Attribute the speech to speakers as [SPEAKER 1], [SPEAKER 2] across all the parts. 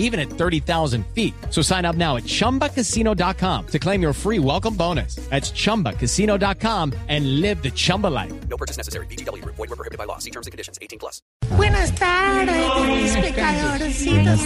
[SPEAKER 1] even at 30,000 feet. So sign up now at ChumbaCasino.com to claim your free welcome bonus. That's ChumbaCasino.com and live the Chumba life.
[SPEAKER 2] No purchase necessary. BGW. Void were prohibited by law. See terms and conditions. 18 plus.
[SPEAKER 3] Buenas tardes, mis pecadorcitos.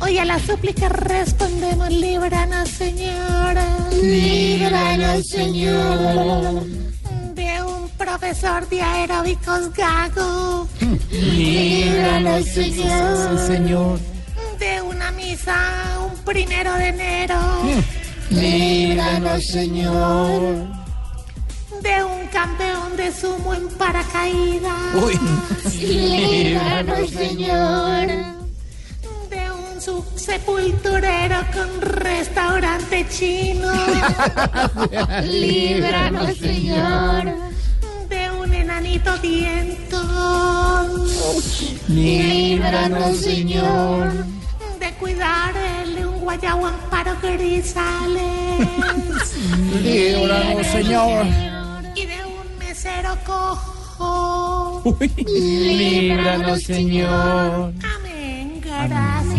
[SPEAKER 3] Hoy a la súplica respondemos, líbranos, señora. Líbranos, señora. De un profesor de aeróbicos gago. Líbranos, señor. De una misa un primero de enero.
[SPEAKER 4] Líbranos, Señor.
[SPEAKER 3] De un campeón de sumo en paracaídas.
[SPEAKER 4] Líbranos, Señor.
[SPEAKER 3] De un sub- sepulturero con restaurante chino.
[SPEAKER 4] Líbranos, Señor.
[SPEAKER 3] De un enanito dientón.
[SPEAKER 4] Líbranos, Señor.
[SPEAKER 3] De cuidar el un guayabo amparo grisales.
[SPEAKER 4] Líbranos, Señor.
[SPEAKER 3] y de un mesero cojo.
[SPEAKER 4] Líbranos, Señor.
[SPEAKER 3] Amén, gracias.